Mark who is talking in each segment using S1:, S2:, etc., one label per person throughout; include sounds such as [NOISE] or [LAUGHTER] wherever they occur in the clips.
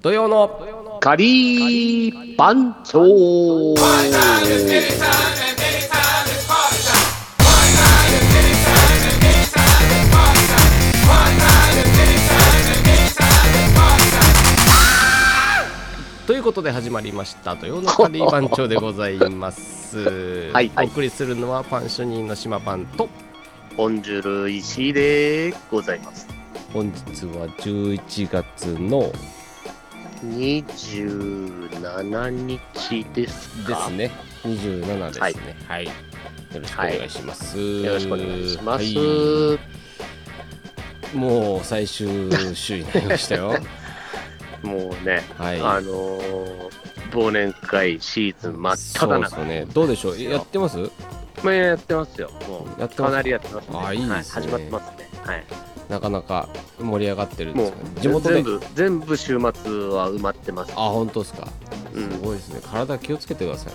S1: 土曜の
S2: カリー番長
S1: ということで始まりました土曜のカリー番長でございます
S2: [LAUGHS] はいはい
S1: お送りするのはパン主任の島パンと
S2: ボンジュール石井でございます。
S1: 本日は11月の
S2: 27日です
S1: で
S2: か
S1: すね27ですねはい、よろしくお願いします、
S2: よろしくお願いします。
S1: はもう最終週になりました
S2: [LAUGHS]
S1: よ
S2: もうね、
S1: はい
S2: あのー忘年会シーズン真っ
S1: そ
S2: 只
S1: うで
S2: 中
S1: すねどうでしょうやってます
S2: まあやってますよ。もう
S1: やってます
S2: かなりやってますね。
S1: あいいですね
S2: はい、始まってますね。はい。
S1: なかなか盛り上がってるんで
S2: も
S1: す
S2: う
S1: か地元で
S2: 全部全部週末は埋まってます。
S1: あ本当ですか
S2: う
S1: す
S2: ん。
S1: ごいですね体気をつけてくださいね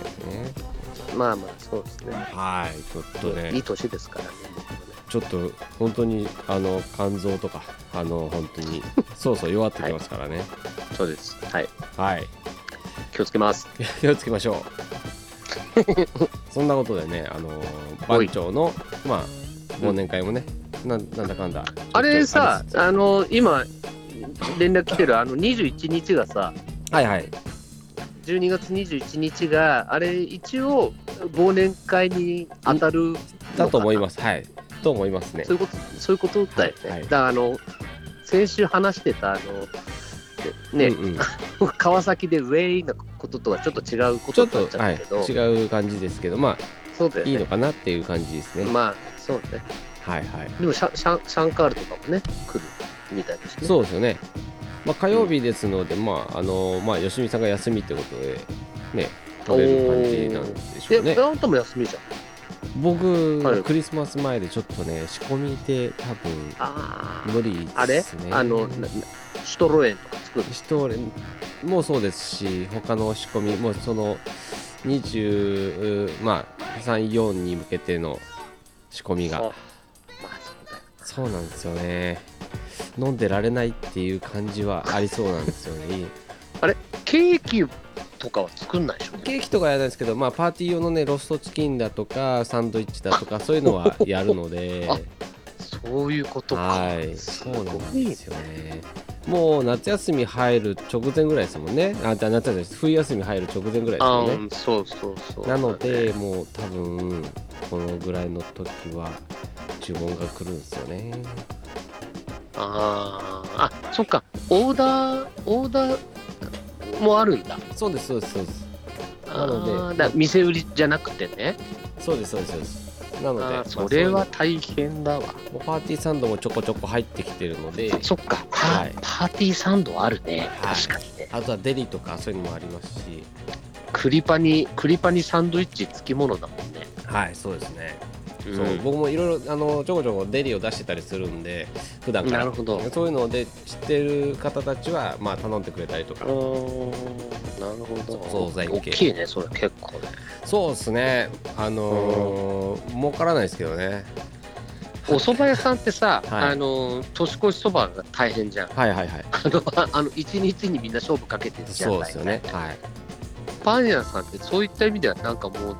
S2: まあまあそうですね。
S1: はいちょっと
S2: いい
S1: ね
S2: 年ですからね。僕もね
S1: ちょっと本当にあの肝臓とかあの本当 [LAUGHS] にそうそう弱ってきますからね
S2: そうです。はい。
S1: はい
S2: 気をつけます。
S1: 気をつけましょ [LAUGHS] うそんなことでねあの番長のまあ忘年会もねなんなんだかんだ
S2: あれさ
S1: りつ、つ
S2: あの今連絡来てるあの21日がさ、
S1: はいはい
S2: 12月21日があれ一応忘年会に当たる
S1: だと思い
S2: す。
S1: ますはいと思いますね
S2: そういうことそういうことだよね。
S1: はい
S2: だからあの先週話してたあのね、
S1: うんうん、
S2: [LAUGHS] 川崎でウェイなこととはちょっと違うこ
S1: ちょ
S2: と
S1: っ
S2: に
S1: と
S2: なっち、ゃ
S1: は
S2: ったけど、
S1: い、違う感じですけどま
S2: そうだ
S1: あ
S2: よ
S1: いい
S2: ね。
S1: のかなっていう感じですね、
S2: まあそうね。
S1: はいはい
S2: でもシャシャンシャンカールとかもね来るみたいですね。
S1: そうですよね、まあ、火曜日ですので、まああのまあ、吉見さんが休みってことで、ね、取れる感じなんでしょう
S2: で、
S1: ね。
S2: あんたも休みじゃん。
S1: 僕、
S2: はい
S1: クリスマス前でちょっとね、仕込みで多分
S2: あ
S1: 無理
S2: あ、あれ
S1: ですね。
S2: あの、ななシュトロエンとか作る
S1: シュトーレンもそうですし、他の仕込み、もうその20、まあ、3、4に向けての仕込み
S2: あま
S1: が
S2: あ、そう
S1: そ
S2: だよ。
S1: うなんですよね。飲んでられないっていう感じはありそうなんですよね。
S2: ケーキとかは作んないでしょ。
S1: ケーキとかやらないですけど、まあ、パーティー用のねローストチキンだとかサンドイッチだとかそういうのはやるので
S2: [LAUGHS] あそういうことか。
S1: はいそうな
S2: ご
S1: ん
S2: い
S1: ですよねもう夏休み入る直前ぐらいですもんねあじゃあ夏休みです冬休み入る直前ぐらいです
S2: あ
S1: もん
S2: ーう
S1: ね
S2: ん、そうそうそう。
S1: なのでもう多分このぐらいの時は注文が来るんですよね
S2: あーあ、そっか、オーダー、オーダーもあるんだ。
S1: そうですそうですそうですなので
S2: あーだから店売りじゃなくてね。
S1: そうですそうですそうですなのでま
S2: あ
S1: あ
S2: ーそれは
S1: そ
S2: 大変だわ。
S1: ういうのもうパーティーサンドもちょこちょこ入ってきてるので
S2: そっか、パ,、
S1: はい
S2: パーティーサンドあるね。
S1: はい
S2: 確かにね。
S1: あとはデリとかそういうのもありますし
S2: クリパに、クリパにサンドイッチ付き物だもんね。
S1: はいそうですね
S2: うん
S1: そう僕もいろいろあのちょこちょこデリを出してたりするんで普段か
S2: な
S1: ら
S2: るほど。
S1: そういうので知ってる方たちは、まあ、頼んでくれたりとか
S2: なるほど。
S1: 惣菜系
S2: 大きいね、それ結構ね。
S1: そうですねあのー儲からないですけどね
S2: お蕎麦屋さんってさ、
S1: はい
S2: あの年越し蕎麦が大変じゃん。あ
S1: はいはいはい
S2: のああの一日にみんな勝負かけてるじゃん。
S1: そうですよねはい
S2: パン屋さんってそういった意味ではなんかもう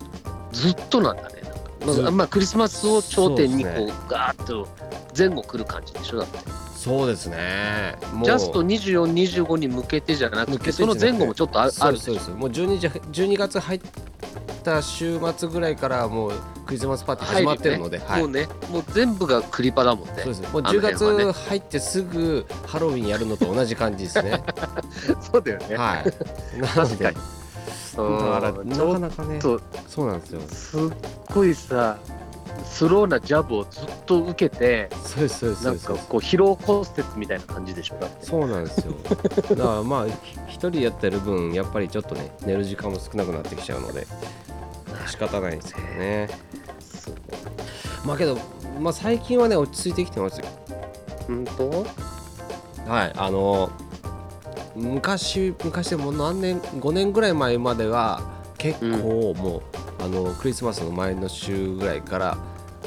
S2: ずっとなんだね。なん
S1: ずっ
S2: か
S1: と
S2: まあクリスマスを頂点にこ
S1: そう
S2: うガーッと前後来る感じでしょだって
S1: そうですねもう
S2: ジャスト2425に向けてじゃなく
S1: 向け
S2: て
S1: て
S2: その前後もちょっとあ
S1: そ
S2: あ
S1: う
S2: る
S1: ですそうですもう 12, 時12月入った週末ぐらいからもうクリスマスパーティー始まってるのではい
S2: もうねもう全部がクリパだもんね
S1: そうですもう
S2: あの
S1: 10
S2: 辺はね
S1: 月入ってすぐハロウィンやるのと同じ感じですね
S2: そうだよね
S1: はい [LAUGHS] なの
S2: 確
S1: で
S2: かに
S1: だから
S2: う
S1: なん
S2: ちょ
S1: か
S2: っ
S1: なかね
S2: と
S1: そうなんですよ
S2: すっごいさスローなジャブをずっと受けて
S1: そうですそうですそ
S2: な
S1: うんです
S2: かこう疲労骨折みたいな感じでしょだって
S1: そうなんです [LAUGHS] よだからまあ一人やってる分やっぱりちょっとね寝る時間も少なくなってきちゃうので仕方ないですけどねまあけど、まあ、最近はね落ち着いてきてますよ
S2: 本当
S1: はいあの昔昔でもう何年5年ぐらい前までは結構もう、あのクリスマスの前の週ぐらいから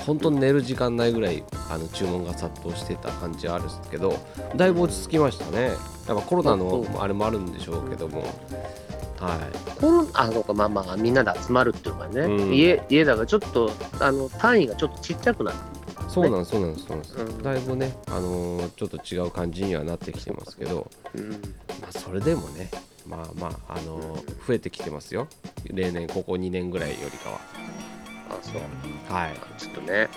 S1: 本当に寝る時間ないぐらいあの注文が殺到してた感じはあるんですけどだいぶ落ち着きましたね、やっぱコロナの
S2: そう
S1: あれもあるんでしょうけども、は
S2: コロナあそうかまあまあみんなで集まるっていうのがね、
S1: うん
S2: 家家だからちょっとあの単位がちょっとちっちゃくなって
S1: い、そうなんです、そうなんです、そうなんです、
S2: うん
S1: だいぶね、あのーちょっと違う感じにはなってきてますけど、まあ、それでもね、まあまあ、あのー増えてきてますよ、例年、ここ2年ぐらいよりかは。
S2: あそう
S1: はい
S2: ちょっとね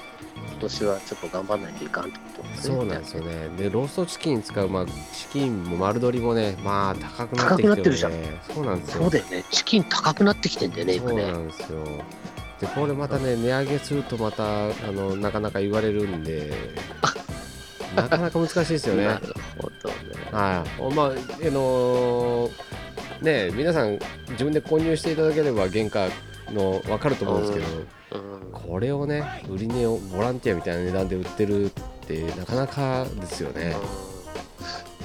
S2: 今年はちょっと頑張らないといかんってことですね
S1: そうなんですよね。で、ローストチキン使う、まあ、チキンも丸鶏もね、まあ、高くなってきてる、ね、
S2: 高くなってるじゃん
S1: そうなんですよ。
S2: そうだよねチキン高くなってきてんだよね今
S1: そう
S2: ね
S1: なんですよ。で、これまたね、値上げするとまた、あの、なかなか言われるんで、なかなか難しいですよね。
S2: [LAUGHS] な
S1: はい
S2: るほどね、
S1: おまあ、あのね、皆さん、自分で購入していただければ、原価の分かると思うんですけど、
S2: うん
S1: これをね、売り値をボランティアみたいな値段で売ってるって、なかなかですよね。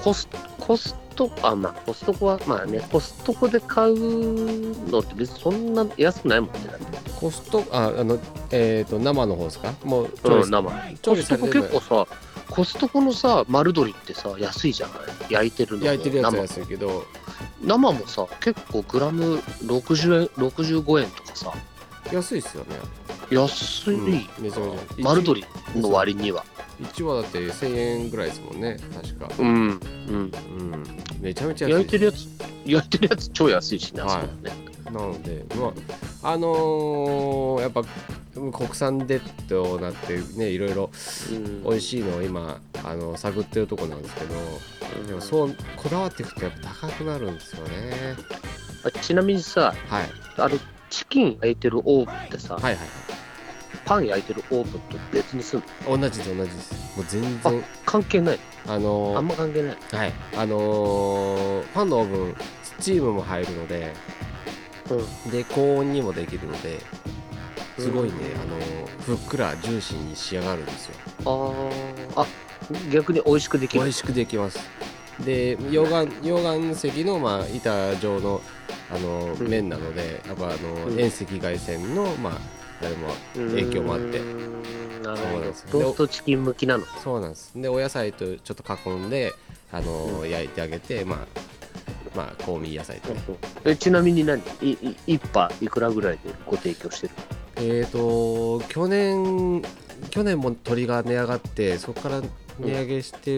S2: コスコストあまあコストコはまあねコストコで買うのって別にそんな安くないもんねだって
S1: コストああのえっ、と生の方ですかもうチョイ
S2: う
S1: ス、
S2: ん生
S1: チョ
S2: コ
S1: イス
S2: ス
S1: され
S2: トコ
S1: てる
S2: 結構さコストコのさ丸鶏ってさ安いじゃない焼いてるのも
S1: 焼いてるやつは安いけど
S2: 生生もさ結構グラム60円65円とかさ
S1: 安いっすよね、
S2: 安い、
S1: うんめちゃめちゃ
S2: 丸鶏の割には
S1: 1羽だって1000円ぐらいですもんね確か
S2: うんうん
S1: うんめちゃめちゃ安い
S2: 焼いてるやつ焼いてるやつ超安いしね、
S1: はい
S2: あそこね
S1: なのでまああのーやっぱ国産でとなってねいろいろ
S2: うん
S1: 美味しいのを今あの探ってるとこなんですけどでもそうこだわっていくとやっぱ高くなるんですよね
S2: あちなみにさ
S1: はい
S2: あのチキン焼いてるオーブンってさ、
S1: はいはい
S2: パン焼いてるオーブンと別にすんの
S1: 同じです同じですもう全然
S2: 関係ない
S1: あのー
S2: あんま関係ない
S1: はい、あのーパンのオーブンスチームも入るので
S2: う
S1: で高温にもできるのですごいね、
S2: うん
S1: あのーふっくらジューシーに仕上がるんですよ
S2: あーあ逆に美味しくでき
S1: 美
S2: る
S1: 味しくできますで溶岩溶岩石の、まあ、板状の、あのー
S2: うん
S1: 面なのでやっぱ、あのー
S2: うん
S1: 遠赤外線の、まあ、あれも影響もあって
S2: うーんなる
S1: そう
S2: ほ
S1: なん
S2: ど
S1: ですよ
S2: ローストチキン向きなの
S1: そうなんですでお野菜とちょっと囲んで、あのー焼いてあげてまあまあ香味野菜とね
S2: えちなみに何いい一杯いくらぐらいでご提供してる
S1: えー、と去年去年も鶏が値上がってそこから値上げして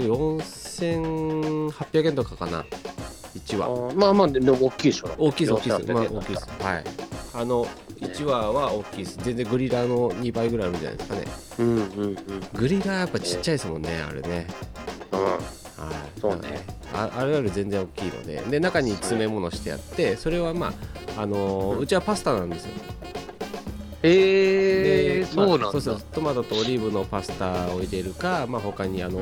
S1: 4800円とかかな1
S2: あ
S1: 羽
S2: ーまあまあでも大きいでしょ
S1: 大きいです大きいです、まあ、
S2: 4800
S1: 大きいですはいあの1羽は大きいです全然グリラの2倍ぐらいあるんじゃないですかね
S2: うんうんうん
S1: グリラやっぱちっちゃいですもんねあれねはい
S2: そうね
S1: ああれより全然大きいのでで中に詰め物してあってそれはまああのーうちはパスタなんですよで
S2: えー、そう
S1: ま
S2: な
S1: あ
S2: ん
S1: そ
S2: だ
S1: うそうトマトとオリーブのパスタを入れるか、まあ、他にあの、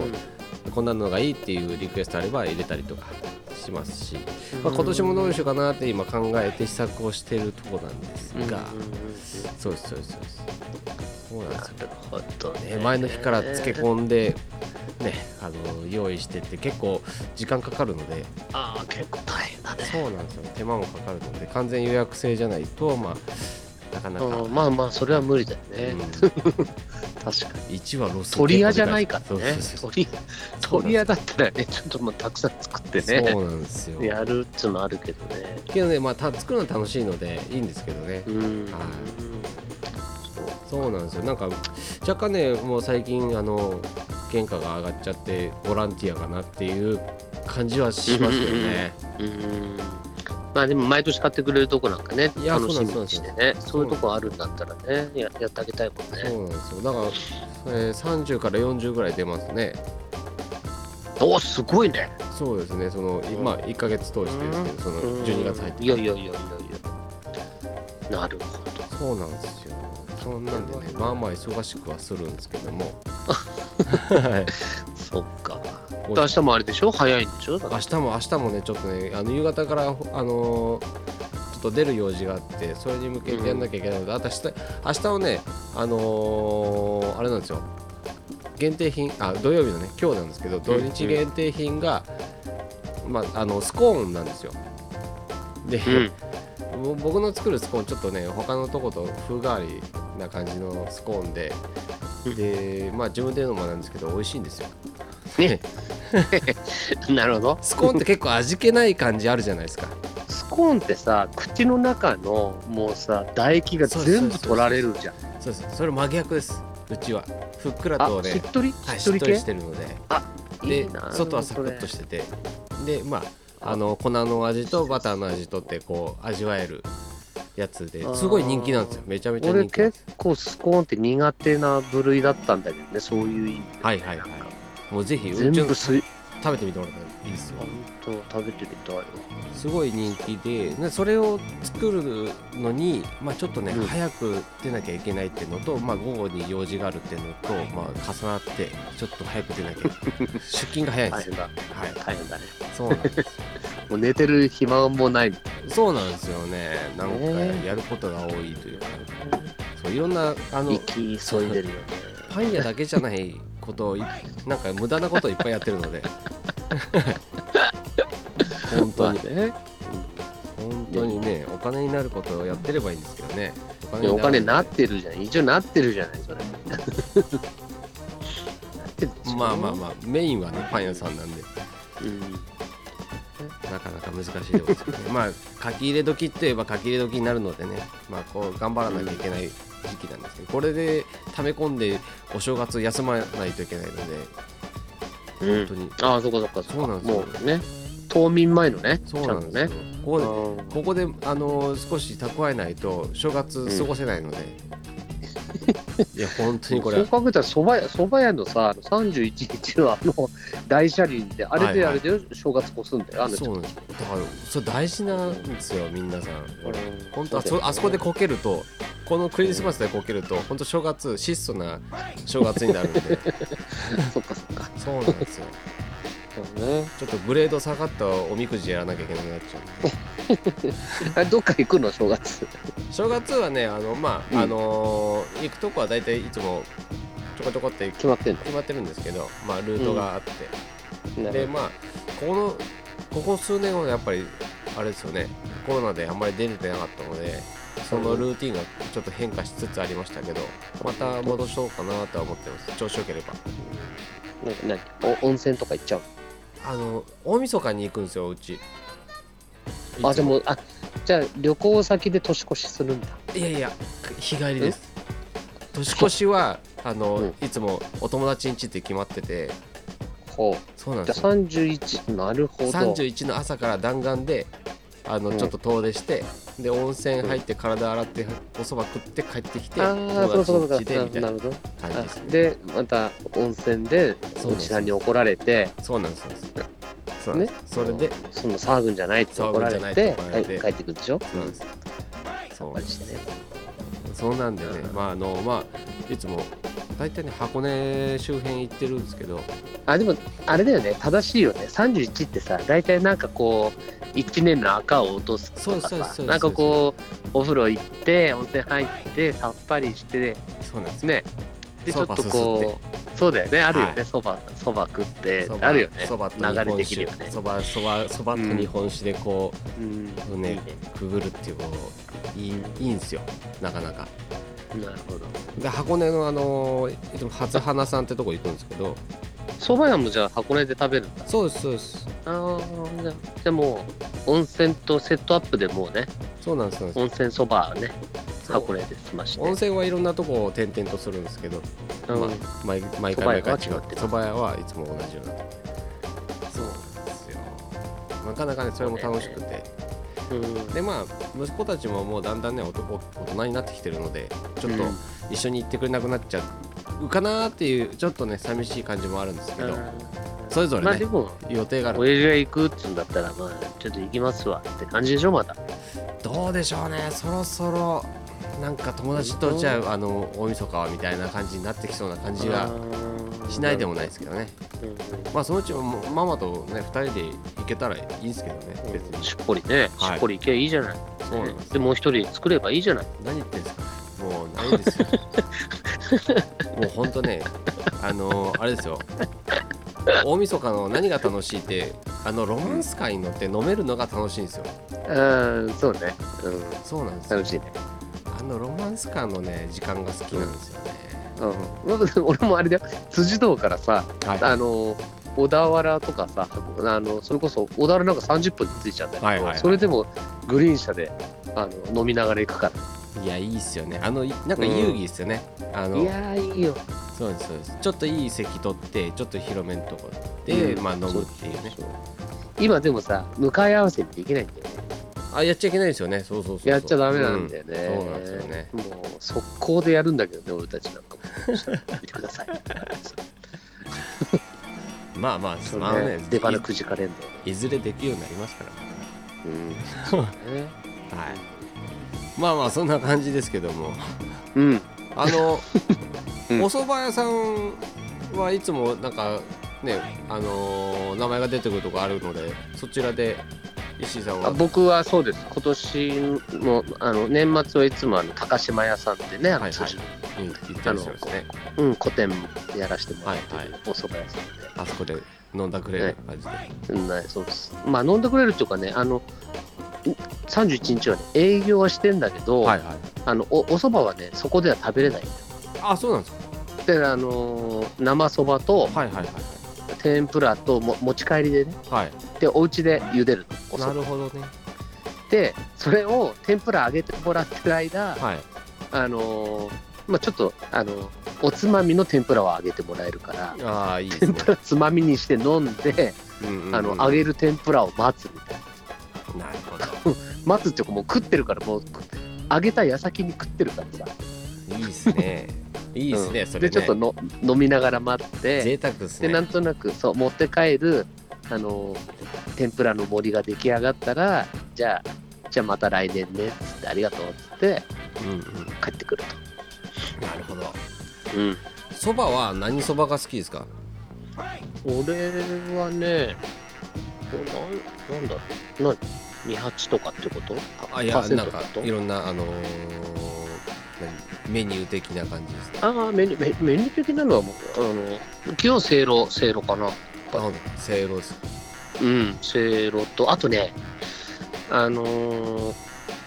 S1: こんなのがいいっていうリクエストあれば入れたりとかしますし、まあ、今年もどうしようかなって今考えて試作をしてるとこなんです
S2: うんうんうん
S1: が、そうですそうですそうですそうなんですよ
S2: なるほどね
S1: ね、前の日から漬け込んで、ね、あの用意してって結構時間かかるので
S2: ああ結構大変だね
S1: そうなんですよ手間もかかるので完全予約制じゃないと、まあ、なかなか、
S2: うんまあまあそれは無理だよね、
S1: うん
S2: 確かに
S1: 一話
S2: [LAUGHS]
S1: ロス
S2: 鳥屋じゃないから
S1: そう
S2: ね
S1: そうそう
S2: 鳥鳥屋だったらねちょっとまあたくさん作ってね
S1: そうなんですよ
S2: やるっつうのあるけどね
S1: けどねまあた作るのは楽しいのでいいんですけどね
S2: うん
S1: はいそうなんですよなんか若干ねもう最近あの原価が上がっちゃってボランティアかなっていう感じはしますよね
S2: うんまあでも毎年買ってくれるとこなんかね
S1: いや
S2: 楽しみにしてね
S1: す
S2: そういうとこあるんだったらねややってあげたいもんね
S1: そうなんですよだから、えー30から40ぐらい出ますね
S2: おおすごいね
S1: そうですねその今1か月通してですけどその12月入って
S2: いやいやいやいやいやなるほど
S1: そうなんですよそんなんでねまあまあ忙しくはするんですけども [LAUGHS] はい
S2: そっか明日もあれでしょ早いんでしょだか
S1: 明日も明日もねちょっとねあの夕方からあのーちょっと出る用事があってそれに向けてやんなきゃいけないので、あと明日明日をねあのーあれなんですよ限定品あ土曜日のね今日なんですけど土日限定品が、まああのスコーンなんですよで、
S2: らうん
S1: ぼ僕の作るスコーンちょっとね他のとこと風変わりな感じのスコーンで
S2: うん
S1: でまあ自分で言うのもなんですけど美味しいんですよ
S2: ね [LAUGHS] なるほど。
S1: スコーンって結構味気ない感じあるじゃないですか
S2: スコーンってさ、口の中のもうさ、唾液が全部取られるじゃん。
S1: そうですそれ真逆ですうちはふっくら
S2: あ
S1: と、
S2: し
S1: ね
S2: っとり
S1: はい
S2: し
S1: し
S2: っと
S1: っ
S2: り
S1: と
S2: 系
S1: りしてるので
S2: い
S1: で
S2: いな
S1: 外はサクッとしててでまああの粉の味とバターの味とってこう味わえるやつで
S2: あー
S1: すごい人気なんですよめちゃめちゃ
S2: 俺
S1: 人気なんで
S2: 結
S1: す
S2: 構スコーンって苦手な部類だったんだけどねそういう意味で
S1: はいはいはい
S2: なんか
S1: もうぜひう
S2: 全
S1: ちの
S2: 部すい
S1: 食べてみてもらったらいいですよ
S2: 本当食べてみたいわ
S1: すごい人気ででそれを作るのに、まあ、ちょっとね、
S2: うん
S1: 早く出なきゃいけないっていうのと、まあ、午後に用事があるっていうのと、まあ、重なってちょっと早く出なきゃ出勤が早いんで
S2: 大
S1: す
S2: 変
S1: よ、
S2: だ
S1: はい、
S2: 大変だね
S1: そうなんです
S2: もう寝てる暇もない
S1: そうなんですよねなんか
S2: ね
S1: やることが多いというか、そういろんなあの
S2: 息急いでるよね
S1: パン屋だけじゃないことをいなんか無駄なことをいっぱいやってるの
S2: [LAUGHS]
S1: で本当に
S2: まあね
S1: 本当にねお金になることをやってればいいんですけどねお
S2: いやお金
S1: るので
S2: なってるじゃん一応なってるじゃないそれ [LAUGHS] なってるでしょ
S1: まあまあまあメインはねパン屋さんなんで
S2: うん
S1: なかなか難しいとこですけど
S2: [LAUGHS]
S1: ねまあ書き入れ時といえば書き入れ時になるのでねまあこう頑張らなきゃいけない時期なんですけどこれで溜め込んでお正月休まないといけないので
S2: う
S1: 本当
S2: ん
S1: に
S2: ああそっかそっか
S1: そうなんですよ
S2: もうね冬眠前のね
S1: そうなんですよ、
S2: ち
S1: ここ
S2: ゃん
S1: で
S2: とね
S1: ここであのー少し蓄えないと正月過ごせ
S2: [LAUGHS]
S1: ないので、いや本当にこれ
S2: そう考えたらそば屋そば屋のさあの31日のあ [LAUGHS] の大車輪であれ
S1: はい
S2: で
S1: は
S2: あ
S1: い
S2: れで正月越すんだよあの
S1: そうなんですだからそれ大事なんですよ皆さんこれ
S2: うん
S1: 本当あ
S2: うだ
S1: そ
S2: よね
S1: あそこでこけるとこのクリスマスでこけると本当正月質素な正月になるん
S2: [LAUGHS]
S1: で
S2: そっかそっか
S1: そうなんですよ
S2: そうね
S1: ちょっとグレード下がったおみくじやらなきゃいけなくなっちゃう
S2: あどっか行くの正月
S1: 正月はねあのまあ、
S2: うん
S1: あのー行くとこは大体いつもちょこちょこって
S2: 決まってんの
S1: 決まってるんですけど、まあ、ルートがあって、
S2: な
S1: で
S2: る
S1: まあこのここ数年はやっぱりあれですよねコロナであんまり出れてなかったのでそのルーティンがちょっと変化しつつありましたけどまた戻そうかなとは思ってます調子よければ
S2: ほどな何お温泉とか行っちゃう
S1: あの大晦日に行くんですようち
S2: のあじゃあも
S1: う
S2: うあじゃあ旅行先で年越しするんだ
S1: いやいや日帰りです年越しはあの、いつもお友達ん家って決まってて
S2: ほう
S1: そうなん
S2: じ
S1: で
S2: ゃ
S1: す
S2: あ
S1: よ
S2: 31なるほど
S1: 31の朝から弾丸であの、
S2: うん
S1: ちょっと遠出してで温泉入って体洗っておそば食って帰ってきて
S2: ああそうかそ
S1: 友
S2: うか
S1: 達ん
S2: そ
S1: 家でみ
S2: う
S1: た
S2: か
S1: い
S2: な
S1: な
S2: るほど
S1: 感じ
S2: あ
S1: ですね
S2: でまた温泉で
S1: そう
S2: お
S1: なんです
S2: じさんに怒られて
S1: そうなんですそうなんですそうなんですそれで
S2: その騒ぐんじゃないって怒られ
S1: 騒ぐんじゃない
S2: て
S1: って怒られて
S2: 帰ってくるでしょ
S1: そうなんですそう
S2: マジで
S1: そうなんでねまああのまあいつも大体ね箱根周辺行ってるんですけど
S2: あでもあれだよね正しいよね31ってさ大体なんかこう1年の赤を落とす
S1: そう
S2: と
S1: です
S2: か
S1: そうですそう
S2: さ
S1: です
S2: なんかこうお風呂行って温泉入ってさっぱりして
S1: そうなんです
S2: ねでちょ
S1: そ
S2: っ
S1: ば
S2: とこうそうだよねあるよ
S1: は
S2: ねそばそば食って
S1: そば
S2: あるよね
S1: そばと
S2: 流れてき
S1: 日
S2: るよ
S1: 本酒
S2: ね
S1: そばそばそばと日本酒でこ
S2: うん
S1: う、ねくぐるっていうこういいいいんですよなかなか
S2: いいねなるほど
S1: で箱根のあのーいつも初花さんってとこ行くんですけど
S2: そば屋もじゃあ箱根で食べるんだ
S1: そうですそうです
S2: ああじゃあじゃあもう温泉とセットアップでもうね
S1: そうなんですそうなんで
S2: 温泉そばね
S1: す
S2: 箱根で済まし
S1: 温
S2: て
S1: 泉はいろんなとこを転々とするんですけど、
S2: うん
S1: まあ、毎毎回
S2: 蕎麦
S1: 毎
S2: 屋は
S1: 回違っ
S2: 違って
S1: て
S2: る
S1: そば屋はいつも同じようなとこそうなんですよなかなかねそれも楽しくて
S2: うん
S1: でまあ息子たちももうだんだんね男大人になってきてるのでちょっと
S2: うん
S1: 一緒に行ってくれなくなっちゃうかなーっていうちょっとね寂しい感じもあるんですけどそれぞれね
S2: まあでも
S1: 予定がある
S2: 親父が行くっつうんだったらまあちょっと行きますわって感じでしょまだ
S1: どうでしょうねそろそろなんか友達とじゃああの大晦日はみたいな感じになってきそうな感じがしないでもないですけどね
S2: うんうん
S1: まあそのうちもママとね2人で行けたらいいんですけどね別に
S2: しっぽりね、
S1: はい
S2: しっぽり行けばいいじゃない
S1: そうなんです
S2: でもう一人作ればいいじゃない
S1: 何言ってんですかもうないです [LAUGHS] よもうほんとねあのあれですよ大晦日の何が楽しいってあのロマンスカーに乗って飲めるのが楽しいんですよ
S2: うんそうね、うん、
S1: そうなんですよ
S2: 楽しいね、
S1: あのロマンスカーのね時間が好きなんですよね
S2: [LAUGHS] うん、俺もあれだよ辻堂からさ
S1: はい
S2: あの小田原とかさあのそれこそ小田原なんか30分で着いちゃうんだけど、
S1: はいはいはい
S2: それでもグリーン車であの飲みながら行くか
S1: いやいいっすよねあのいなんか遊戯っすよね、あ
S2: らい
S1: の
S2: やーいいよ
S1: そうですそうですちょっといい席取ってちょっと広めのとこで、
S2: うん
S1: まあ飲むっていうね
S2: そう今でもさ向かい合わせっていけないんだよね
S1: あやっちゃいけないですよねそうそうそうそう
S2: やっちゃダメなんだよね、
S1: うんそうなんですよね
S2: もう速攻でやるんだけどね俺たちなんかも見てく
S1: [LAUGHS]
S2: ださい
S1: うんまあまあ
S2: そ
S1: あの
S2: れね
S1: ね
S2: 出花くじかれんだよね
S1: いいずれできるようになりますから
S2: うん
S1: [LAUGHS]
S2: ね
S1: はいまあまあそんな感じですけども
S2: うん
S1: あ [LAUGHS] の、
S2: うん
S1: お蕎麦屋さんはいつもなんかねあのー名前が出てくるとこあるのでそちらで石井さん
S2: あ
S1: は
S2: 僕はそうです今年もあの年末はいつもあの高島屋さんでねあ
S1: はいはい
S2: の通じる、
S1: うん行ったりしてますね
S2: うん、古典やらせてもらってる、
S1: はいは
S2: お蕎麦屋さんで
S1: あそこで飲んだくれる感じで、
S2: うんないそうですまあ飲んでくれるっていうかねあのん31日はね営業はしてんだけど、
S1: はいはい
S2: あのおお蕎麦はねそこでは食べれないんだよ
S1: あそうなんです
S2: であのー生そばと
S1: かはいはいはい
S2: 天ぷらとも持ち帰りでね
S1: はいはい
S2: でお家で茹でるお
S1: な
S2: 蕎
S1: る
S2: 麦
S1: ほどね
S2: でそれを天ぷら揚げてもらってる間
S1: はい
S2: あのーまあちょっとあのおつまみの天ぷらを揚げてもらえるから
S1: ああいいです
S2: 天
S1: ね
S2: ぷらつまみにして飲んで、
S1: うんうん
S2: あの揚げる天ぷらを待つみたいな
S1: なるほど
S2: 待つっていうかもう食ってるからもう揚げた矢先に食ってるからさ
S1: いいですねいいですね、
S2: うん
S1: それね
S2: でちょっとの飲みながら待って
S1: 贅沢です
S2: で
S1: ね
S2: なんとなくそう持って帰るあの天ぷらの森が出来上がったらじゃあじゃあまた来年ねっつってありがとうっつって
S1: うんうん
S2: 帰ってくる
S1: なるほど
S2: と、うん、
S1: そばは何そばが好きですか
S2: 俺はねなんなんだろう何28とかってこと
S1: あいや
S2: パーセン
S1: な
S2: ト
S1: ん
S2: って
S1: か
S2: こと
S1: いろんなあのー何メニュー的な感じですね
S2: ああメニューメメニュー的なのはもうあの基本せいろせいろかな
S1: あせいろです
S2: うんせいろとあとねあのー、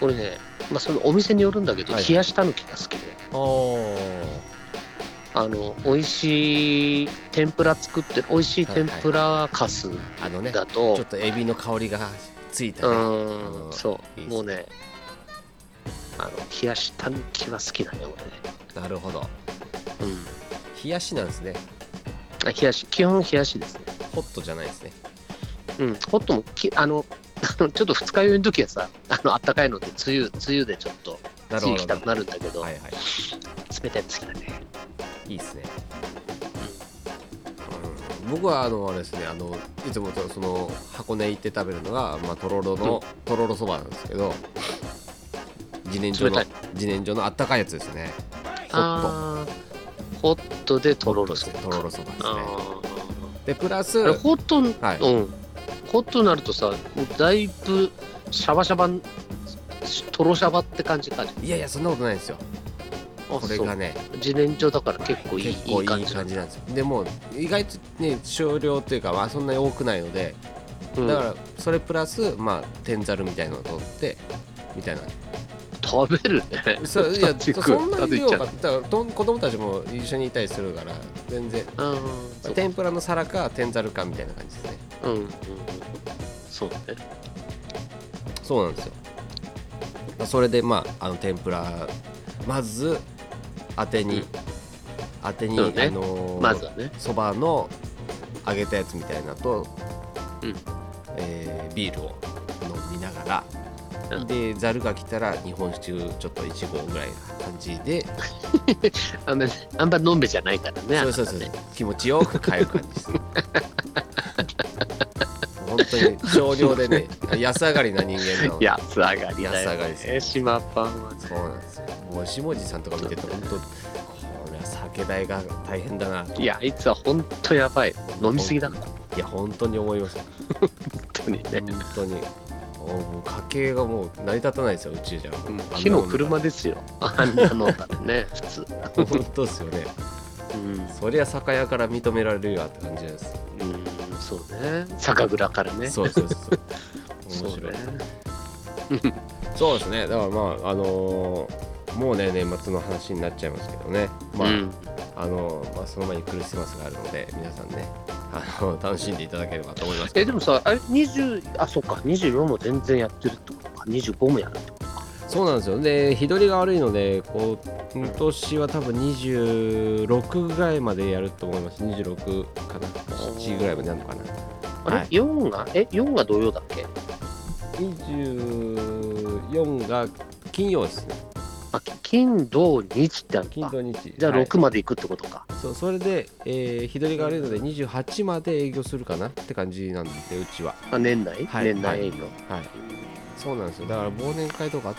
S2: 俺ねまあそのお店によるんだけど、
S1: はい
S2: 冷やしたぬきが好きで
S1: ああ
S2: あの美味しい天ぷら作ってる美味しい天ぷらかす
S1: あのね
S2: だと、
S1: ちょっとエビの香りがついた
S2: う
S1: ね
S2: ーんそ
S1: いいっ
S2: う
S1: す
S2: もうねあの冷やしたぬきは好きなんよ俺ね
S1: なるほど
S2: うん
S1: 冷やしなんですね
S2: あ冷やし基本冷やしですね
S1: ホットじゃないですね
S2: うんホットもきあの [LAUGHS] あのちょっと二日酔いの時はさあの暖かいので梅雨梅雨でちょっと
S1: なる
S2: つ
S1: ほ
S2: いきた
S1: ど
S2: くなるんだけど
S1: はいはい
S2: 冷たいの好きだね
S1: いいですね。うん僕はあのあれですねあのいつもとその箱根行って食べるのが、まあ、とろろの、とろろそばなんですけど自然薯の
S2: 冷たい
S1: 自然薯のあったかいやつですねホット
S2: あーホットでとろろそば
S1: とろろそばですね
S2: あー
S1: でプラス
S2: あれホットの
S1: はい
S2: うん、ホットになるとさ、もうだいぶシャバシャバん、とろシャバって感じかね。
S1: いやいやそんなことないんですよ
S2: あ
S1: これがね
S2: そう自然薯だから結構いい
S1: 結構いい
S2: いい
S1: 感
S2: 感
S1: じ
S2: じ
S1: なで
S2: なんんだ。
S1: すよでも意外とね少量というか、まあ、そんなに多くないので
S2: うん
S1: だからそれプラスまあ天ざるみたいなのを取ってみたいな
S2: 食べるね。
S1: [LAUGHS] そういや
S2: 立 [LAUGHS] ち食
S1: そんな
S2: 食べ
S1: に
S2: ち
S1: 量
S2: ゃう
S1: がだからどん子供たちも一緒にいたりするから全然
S2: あーそう
S1: 天ぷらの皿か天ざるかみたいな感じですね
S2: うんうんうんそうね。
S1: そうなんですよそれでまああの天ぷらまず当てに、
S2: うん
S1: 当てに、
S2: そうね
S1: あのー
S2: まずはね。
S1: そばの揚げたやつみたいなのと、
S2: うん
S1: えービールを飲みながら、
S2: うん
S1: でざるが来たら日本酒ちょっと1合ぐらいな感じで
S2: あんまあんま飲んべじゃないからね。
S1: そうそうそう
S2: あなたね
S1: 気持ちよく帰る感じです。 [LAUGHS] 本当に少量でね、安上がりな人間なので。
S2: 安上がりだ
S1: 安上
S2: よ
S1: がりですね
S2: ね。島パンはね。
S1: そうなんですよ。もう下地さんとか見てると、本当、これは酒代が大変だなと。
S2: いや、、あいつは本当やばい。飲みすぎだから、本
S1: いや、本当に思いました。
S2: 当にね。
S1: 本当に。もう家計がもう成り立たないですよ、うちじゃ。
S2: うん
S1: あんな
S2: 火の車ですよ。あんな飲んだらね、 [LAUGHS] 普通。
S1: 本当ですよね。
S2: うん
S1: そりゃ酒屋から認められるよって感じです。
S2: うーん、そうね。酒蔵からね。
S1: そうそうそうそう。面
S2: そう
S1: 白い
S2: ね。。
S1: そうですね、だからまあ、あのーもうね、年末の話になっちゃいますけどね、まあ、
S2: うん
S1: あのーまあ、その前にクリスマスがあるので、皆さんね、あの楽しんでいただければと思いますけど
S2: え、でもさ、あれ、20、あ、そっか、24も全然やってるってことか、25もやるってこ
S1: そうなんですよで日取りが悪いのでこう今年は多分26ぐらいまでやると思います26かな7ぐらいまでやるのかな
S2: とか。あ
S1: はい
S2: れ、四4が、え、4が土曜だっけ
S1: 24が金曜ですね
S2: あ、金、土、日ってある
S1: 金
S2: か。
S1: 土日
S2: じゃあ
S1: はい
S2: 6まで行くってことか。
S1: そうそれで、えー日取りが悪いので28まで営業するかなって感じなんでうちは
S2: あ、年内、
S1: はい
S2: 年内営業。
S1: はいそうなんですよだから忘年会とかあっ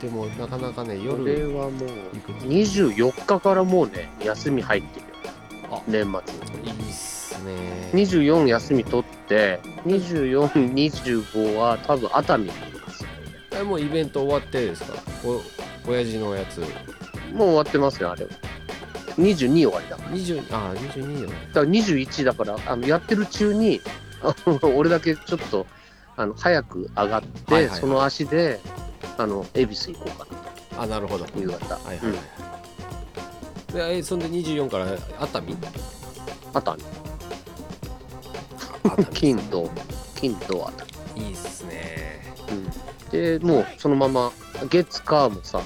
S1: てもなかなかね
S2: これ
S1: 夜
S2: はもう、
S1: 行くのいい
S2: 24日からもうね、休み入ってるよ
S1: あ。
S2: 年末に。
S1: っすね
S2: 24休み取って、24、25は多分熱海に行きます。
S1: えもうイベント終わってですかお親父のおやつ
S2: もう終わってますよ、あれは。22終わりだから。
S1: 20あ22よね
S2: だから21だから、あのやってる中に、 [LAUGHS] あの俺だけちょっとあの早く上がって、
S1: はいはいはい
S2: その足で、あの恵比寿行こうかな
S1: あなるほどはい
S2: と、夕方。
S1: はい
S2: うん、
S1: はいでえそんで24から熱海
S2: 熱海、
S1: 熱海
S2: 金と、金と熱
S1: いいっすね
S2: 海。うん、で、もうそのまま、月火もさ、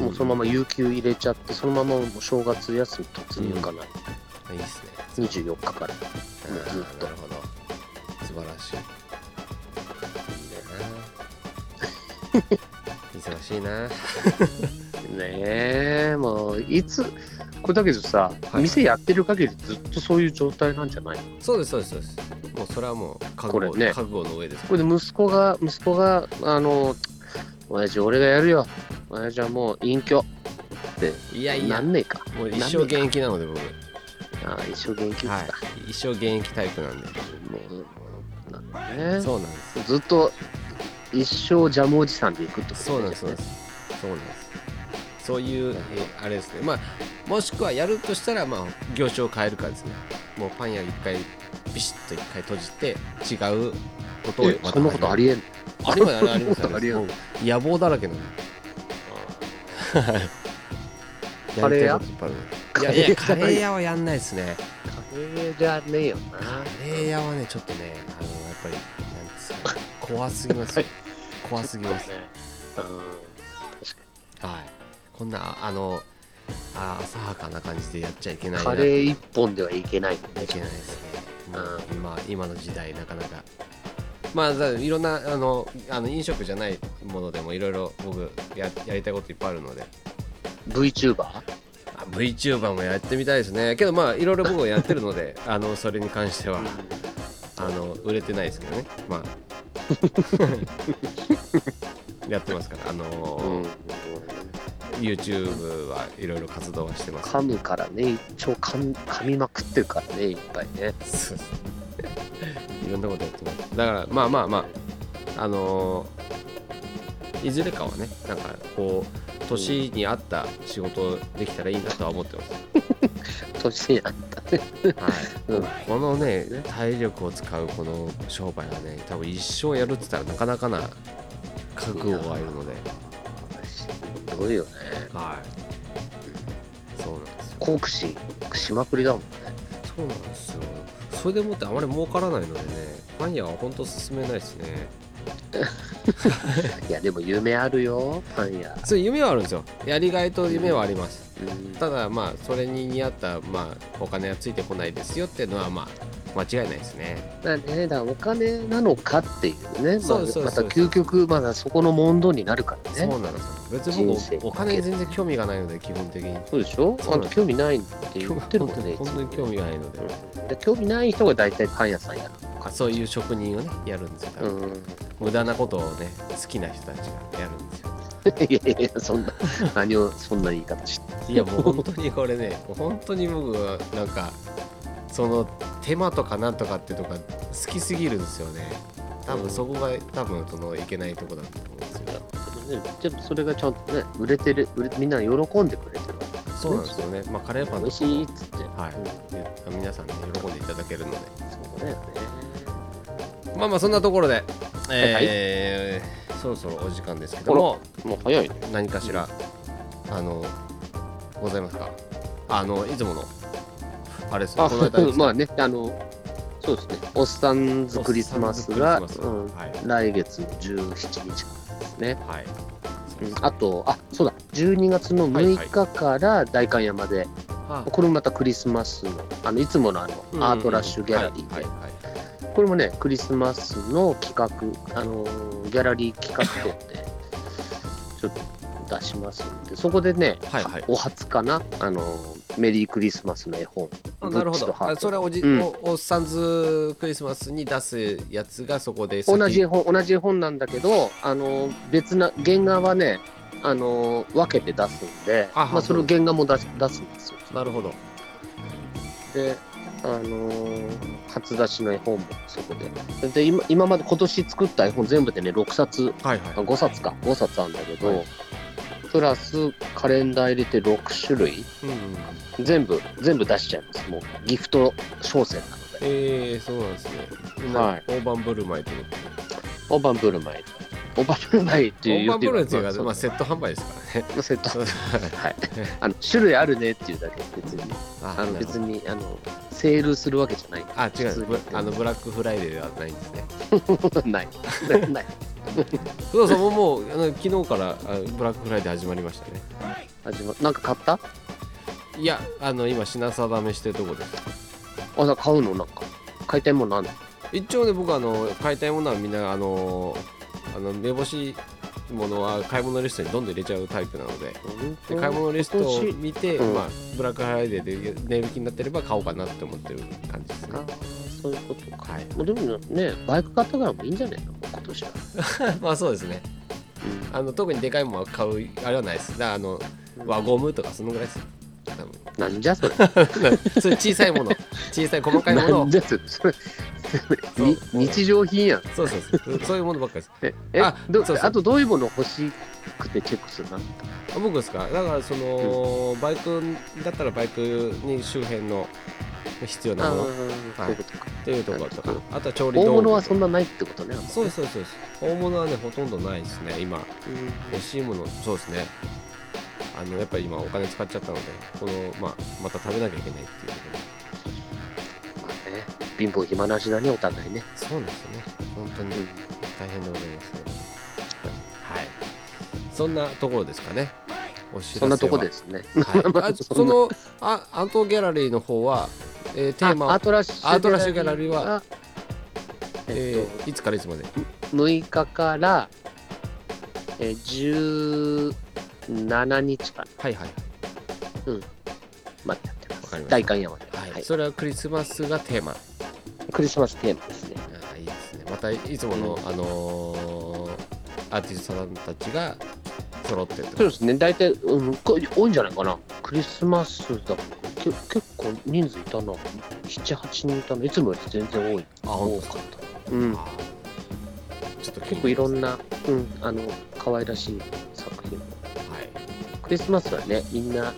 S2: もうそのまま有給入れちゃって、そのままもう正月休み突入かな、
S1: まいいっすね
S2: 24日から。もうずっと
S1: あーなるほど素晴らしいいいな忙しいな
S2: ねえもういつこれだけどさ、
S1: い
S2: 店やってる限りずっとそういう状態なんじゃない
S1: そうですそうですそうですもうそれはもう覚
S2: これ
S1: 悟、
S2: ね
S1: 覚悟の上です
S2: これで息子が息子があの親父俺がやるよ親父はもう隠居
S1: いやいや
S2: なんねえか
S1: もう一生現役なので僕
S2: ああ一生元気ですか、
S1: はい、一生現役タイプなんで、
S2: もうなんだね
S1: そうなんです
S2: ずっと一生ジャムおじさんで行くってこと
S1: そうなんですそうなんですそうなんですそういう、えーあれですねまあもしくはやるとしたらまあ業種を変えるかですねもうパン屋一回ビシッと一回閉じて違うことを
S2: えそんなことありえん
S1: ありますありま
S2: そんなことありえ
S1: す
S2: ん
S1: もう野望だらけなんで
S2: カレー屋
S1: やりたいこといっぱいあるいやいやカレー屋はやんないですね
S2: カレーじゃねえよな
S1: カレー屋はねちょっとねあのやっぱりなんですかね怖すぎますよ怖すぎます
S2: うん確か
S1: はい、こんなあのあ浅はかな感じでやっちゃいけ
S2: に
S1: ないな
S2: カレー一本ではいけないもんね
S1: いけないですね、もう
S2: う
S1: 今今の時代なかなかまあだいろんなあのあの飲食じゃないものでもいろいろ僕ややりたいこといっぱいあるので、
S2: VTuber?
S1: あ VTuber もやってみたいですねけどまあいろいろ僕もやってるのであのそれに関してはあの売れてないですけどねまあ [LAUGHS] やってますからあ
S2: う
S1: の、
S2: ん、
S1: YouTube はい [LAUGHS] ろいろ活動はしてます
S2: 噛むからね一応噛み噛みまくってるからねいっぱいね
S1: そうですいろんなことやってますだからまあまあまああのーいずれかはねなんかこう年に合った仕事できたらいいなとは思ってます、
S2: 年にあったね
S1: はい
S2: うん
S1: このね体力を使うこの商売はね多分一生やるって言ったらなかなかな覚悟がいるので
S2: しんどいよね
S1: はいそうなんですよ
S2: 好奇心しまくりだもんね
S1: そうなんですよそれでもってあまり儲からないのでねパン屋は本当進めないですね
S2: いやでも夢あるよパン屋
S1: そう夢はあるんですよやりがいと夢はあります、
S2: うん
S1: ただまあそれに似合ったまあお金はついてこないですよっていうのはまあ間違いないですね
S2: まあね、だからお金なのかっていうね、まあ
S1: そうそうそう
S2: また究極、まだそこの問答になるから
S1: そ
S2: ね。
S1: うなんですよ別
S2: 人生
S1: に
S2: かけ
S1: 僕お金に全然興味がないので基本的に
S2: そうでしょ
S1: そう
S2: あ
S1: なん
S2: の
S1: です
S2: 興味ないって言ってるも [LAUGHS] んね、いつ
S1: 本
S2: も
S1: 当に興味がないので
S2: うんで興味ない人が大体パン屋さんや
S1: あそういう職人をねやるんですよ、
S2: る。うん、 [LAUGHS]
S1: 無駄なことをね好きな人たちがやるんですよ
S2: いやいやいや、そんな、何を、そんな言い方して。
S1: いやもう本当にこれねもう本当に僕はなんかその手間とかなんとかってとか好きすぎるんですよね多分そこが多分そのいけないとこだと思うんですよ
S2: でもそれがちゃんとね、売れてる、売れみんな喜んでくれてるわ
S1: そうなんですよねまあカレーパン
S2: け。美
S1: の
S2: 味しいっつって。
S1: はい
S2: うん
S1: で皆さんね喜んでいただけるので
S2: そうだよね。
S1: まあまあそんなところで、えーそろそろお時間ですけども
S2: もう早いね。
S1: 何かしらあのございますかあのいつものあれです
S2: あ
S1: この間、
S2: [LAUGHS] まあね、あの、そうですね。おっさんずクリスマスが、
S1: おっさんずクリスマスはい
S2: うん来月の17日からですね。
S1: はい、
S2: うんあと、あそうだ、12月の
S1: はい
S2: 6日から代官山で、
S1: あ
S2: これもまたクリスマスの、あのいつものあの、アートラッシュギャラリーで、
S1: はいはい
S2: これもね、クリスマスの企画、あのーギャラリー企画展で、ちょっと出しますんで、そこでね、
S1: はいはい
S2: お初かな、あのーメリークリスマスの絵本、
S1: あなるほ
S2: ブッチと
S1: ど
S2: ハー
S1: あ
S2: ト
S1: それはおじ、
S2: うん
S1: おおっさんずクリスマスに出すやつがそこで先
S2: 同じ絵本同じ絵本なんだけどあの別な原画はねあの分けて出すんで
S1: あは
S2: まあ、その
S1: そう
S2: 原画も出し出すんですよ
S1: なるほど
S2: であの初出しの絵本もそこでで今今まで今年作った絵本全部でね6冊
S1: はい
S2: あ
S1: は
S2: 5冊か5冊あるんだけど、
S1: はい
S2: プラスカレンダー入れて6種類
S1: い、うんうん、
S2: 全部全部出しちゃいますもうギフト商戦なので
S1: えー、そうなんですね
S2: はい
S1: 大盤振る舞いということ
S2: 大盤振る舞い大盤振る舞いって
S1: で大
S2: いう
S1: 盤振る舞いってい
S2: 言
S1: う
S2: っ
S1: か、
S2: ても
S1: まあ、セット販売ですからね
S2: そうセットはい、あの種類あるねっていうだけ別に
S1: [LAUGHS] あ
S2: あの
S1: なるほ
S2: 別
S1: ど
S2: にあのセールするわけじゃない
S1: あ違う
S2: 普通に
S1: ぶあのブラックフライデーではないんですね
S2: [LAUGHS] ない
S1: [LAUGHS]
S2: ない
S1: そうそうもうもうあの昨日からあブラックフライデー始まりましたね
S2: 始まなんか買った
S1: いやあの今品定めしてるとこです
S2: あさ買うのなんか買いたいもんなんの
S1: 一応ね僕あの買いたいものはみんなあのあの目星ものは買い物リストにどんどん入れちゃうタイプなのでで買い物リストを見て、
S2: うん
S1: まあ、ブラックフライデーで値引きになってれば買おうかなって思ってる感じですね
S2: あーそういうことか
S1: はい
S2: もうでもねバイク買ったからもういいんじゃないの今年は、
S1: [LAUGHS] まあそうですね
S2: うん
S1: あの特にでかいものは買うあれはないですだからあの輪ゴムとかそのぐらいです多分
S2: なんじゃそれ
S1: そういう小さいもの [LAUGHS] 小さい細かいもの
S2: な
S1: を
S2: んじゃそれそれ
S1: う
S2: に日常品やん
S1: そうそうそうそういうものばっかりです
S2: ええ
S1: あ
S2: ど
S1: そうそう
S2: あとどういうもの欲しくてチェックするな
S1: あ僕ですかだからその、バイクだったらバイクに周辺の必要なものっ
S2: そういうことか
S1: ていうところと
S2: な
S1: か
S2: る
S1: あとは調理道具
S2: 大物はそ
S1: そうん
S2: なないってことねあんま
S1: ですそうですそうです大物はねほとんどないですね今
S2: うん
S1: 欲しいものそうですねあのやっぱり今お金使っちゃったのでこの、まあ、また食べなきゃいけないっていうところ
S2: まあね、貧乏暇なしだね、お互いね。
S1: そうなんですよね本当に大変でございますねはいそんなところですかねお知らせは
S2: そんなとこですね。
S1: [LAUGHS] はい、あ
S2: そ
S1: そ
S2: んな
S1: のあアートギャラリーの方は、えーテーマ
S2: あア
S1: は
S2: ー、トラッシュ
S1: アートラッシュギャラリーは
S2: が、え
S1: え
S2: っ
S1: ーいつからいつまで
S2: と、6日から、えー、17日かな
S1: はいはい、わかり
S2: までやってま。
S1: ますした
S2: 代官山で、
S1: はい
S2: はい
S1: それはクリスマスがテーマあ
S2: クリスマステーマですね。
S1: ーいいですねまたいつもの、
S2: うん
S1: あのーアーティストさんたちが揃ってってこと
S2: そうですね、大体、うん、こ多いんじゃないかな。クリスマスだけ結構人数いたな。7、8人いたの。いつもより全然多い。
S1: あ
S2: 多
S1: 本当
S2: かった。うん。
S1: あーちょっと
S2: 結構いろん
S1: な、
S2: な、うん、あの、可愛らしい作品も
S1: はい、
S2: クリスマスはね、みんな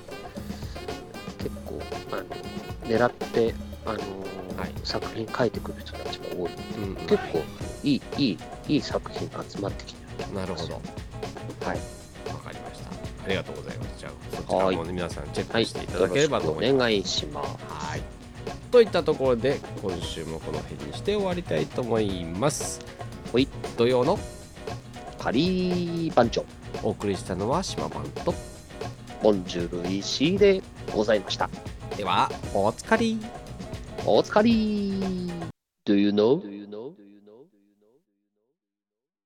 S2: 結構あの狙って、あのー
S1: はい
S2: 作品書いてくる人たちが多い。
S1: うんうん
S2: 結構いい、いい、いい作品が集まってきてる。
S1: なるほど。
S2: はい。
S1: わかりました。ありがとうございます。じゃあ、そちらもね皆さんチェッ
S2: は
S1: ク
S2: い、
S1: していただければと
S2: よろ
S1: 思
S2: し
S1: い
S2: く
S1: ま
S2: お願いします。
S1: す。はい。といったところで、今週もこの辺にして終わりたいと思います。
S2: ほい。
S1: 土曜の
S2: パリー番長、
S1: お送りしたのは島版と。
S2: ボンジュール石井でございました。
S1: では、お疲れ。
S2: お疲れ !Do you know? Do you know?